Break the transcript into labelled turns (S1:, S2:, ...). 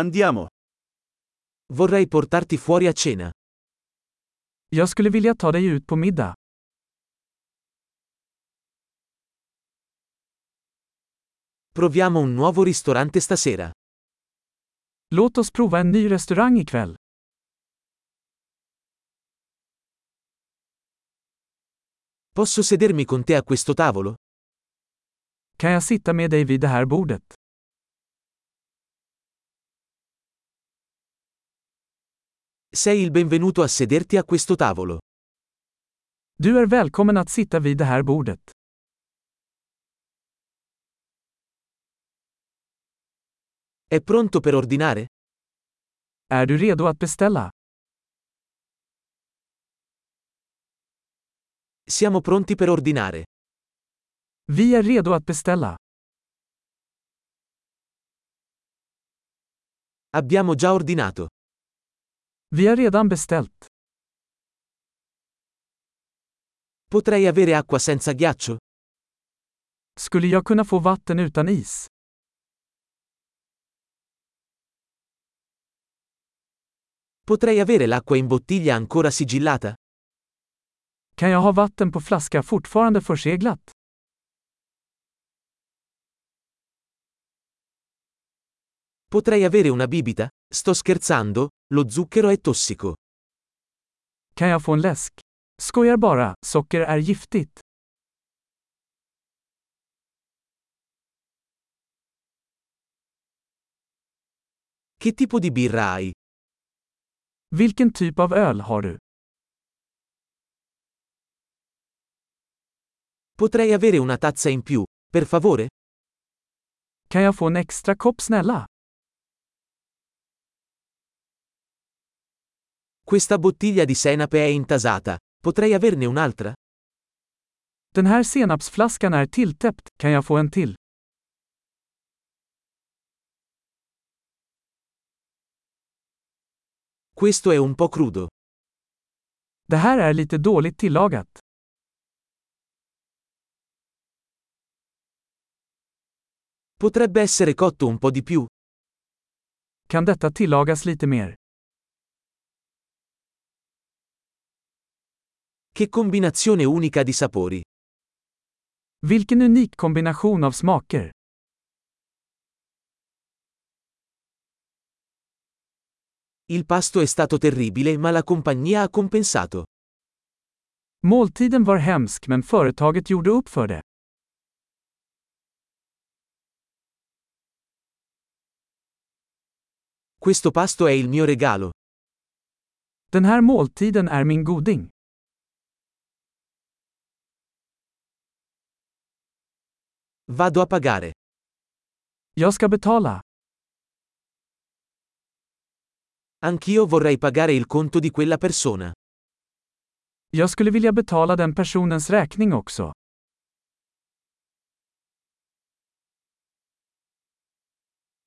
S1: Andiamo. Vorrei portarti fuori a cena.
S2: Jag skulle vilja ta dig ut på middag.
S1: Proviamo un nuovo ristorante stasera.
S2: Låt oss prova en ny restaurang ikväll.
S1: Posso sedermi con te a questo tavolo?
S2: Kan jag sitta med dig vid det här bordet?
S1: Sei il benvenuto a sederti a questo tavolo.
S2: Du är välkommen att sitta vid det här bordet.
S1: È pronto per ordinare?
S2: Är du redo att beställa?
S1: Siamo pronti per ordinare.
S2: Vi är redo att beställa.
S1: Abbiamo già ordinato.
S2: Vi har redan beställt.
S1: Potrei avere acqua senza ghiaccio?
S2: Skulle jag kunna få vatten utan is?
S1: Potrei avere l'acqua in bottiglia ancora sigillata?
S2: Kan jag ha vatten på flaska fortfarande förseglat?
S1: Potrei avere una bibita? Sto scherzando, lo zucchero è tossico.
S2: Kan jag få en läsk? Skojar bara, socker är giftigt.
S1: Che tipo di birra hai?
S2: Vilken typ av öl har du?
S1: Potrei avere una tazza in più, per favore?
S2: Kan jag få en extra kopp snälla?
S1: Questa bottiglia di senape è intasata. Potrei averne un'altra?
S2: Den här senapsflaskan är tilltäppt, kan jag få en till?
S1: Questo è un po' crudo.
S2: Det här är lite dåligt tillagat.
S1: Potrebbe essere cotto un po' di più.
S2: Kan detta tillagas lite mer?
S1: Che combinazione unica di sapori.
S2: Vilken unik kombination av smaker.
S1: Il pasto è stato terribile ma la compagnia ha compensato.
S2: Måltiden var hemsk men företaget gjorde upp för det.
S1: Questo pasto è il mio regalo.
S2: Den här måltiden är min goding.
S1: Vado a pagare.
S2: Jag ska betala.
S1: Anch'io vorrei pagare il conto di quella persona.
S2: Jag skulle vilja betala den personens räkning också.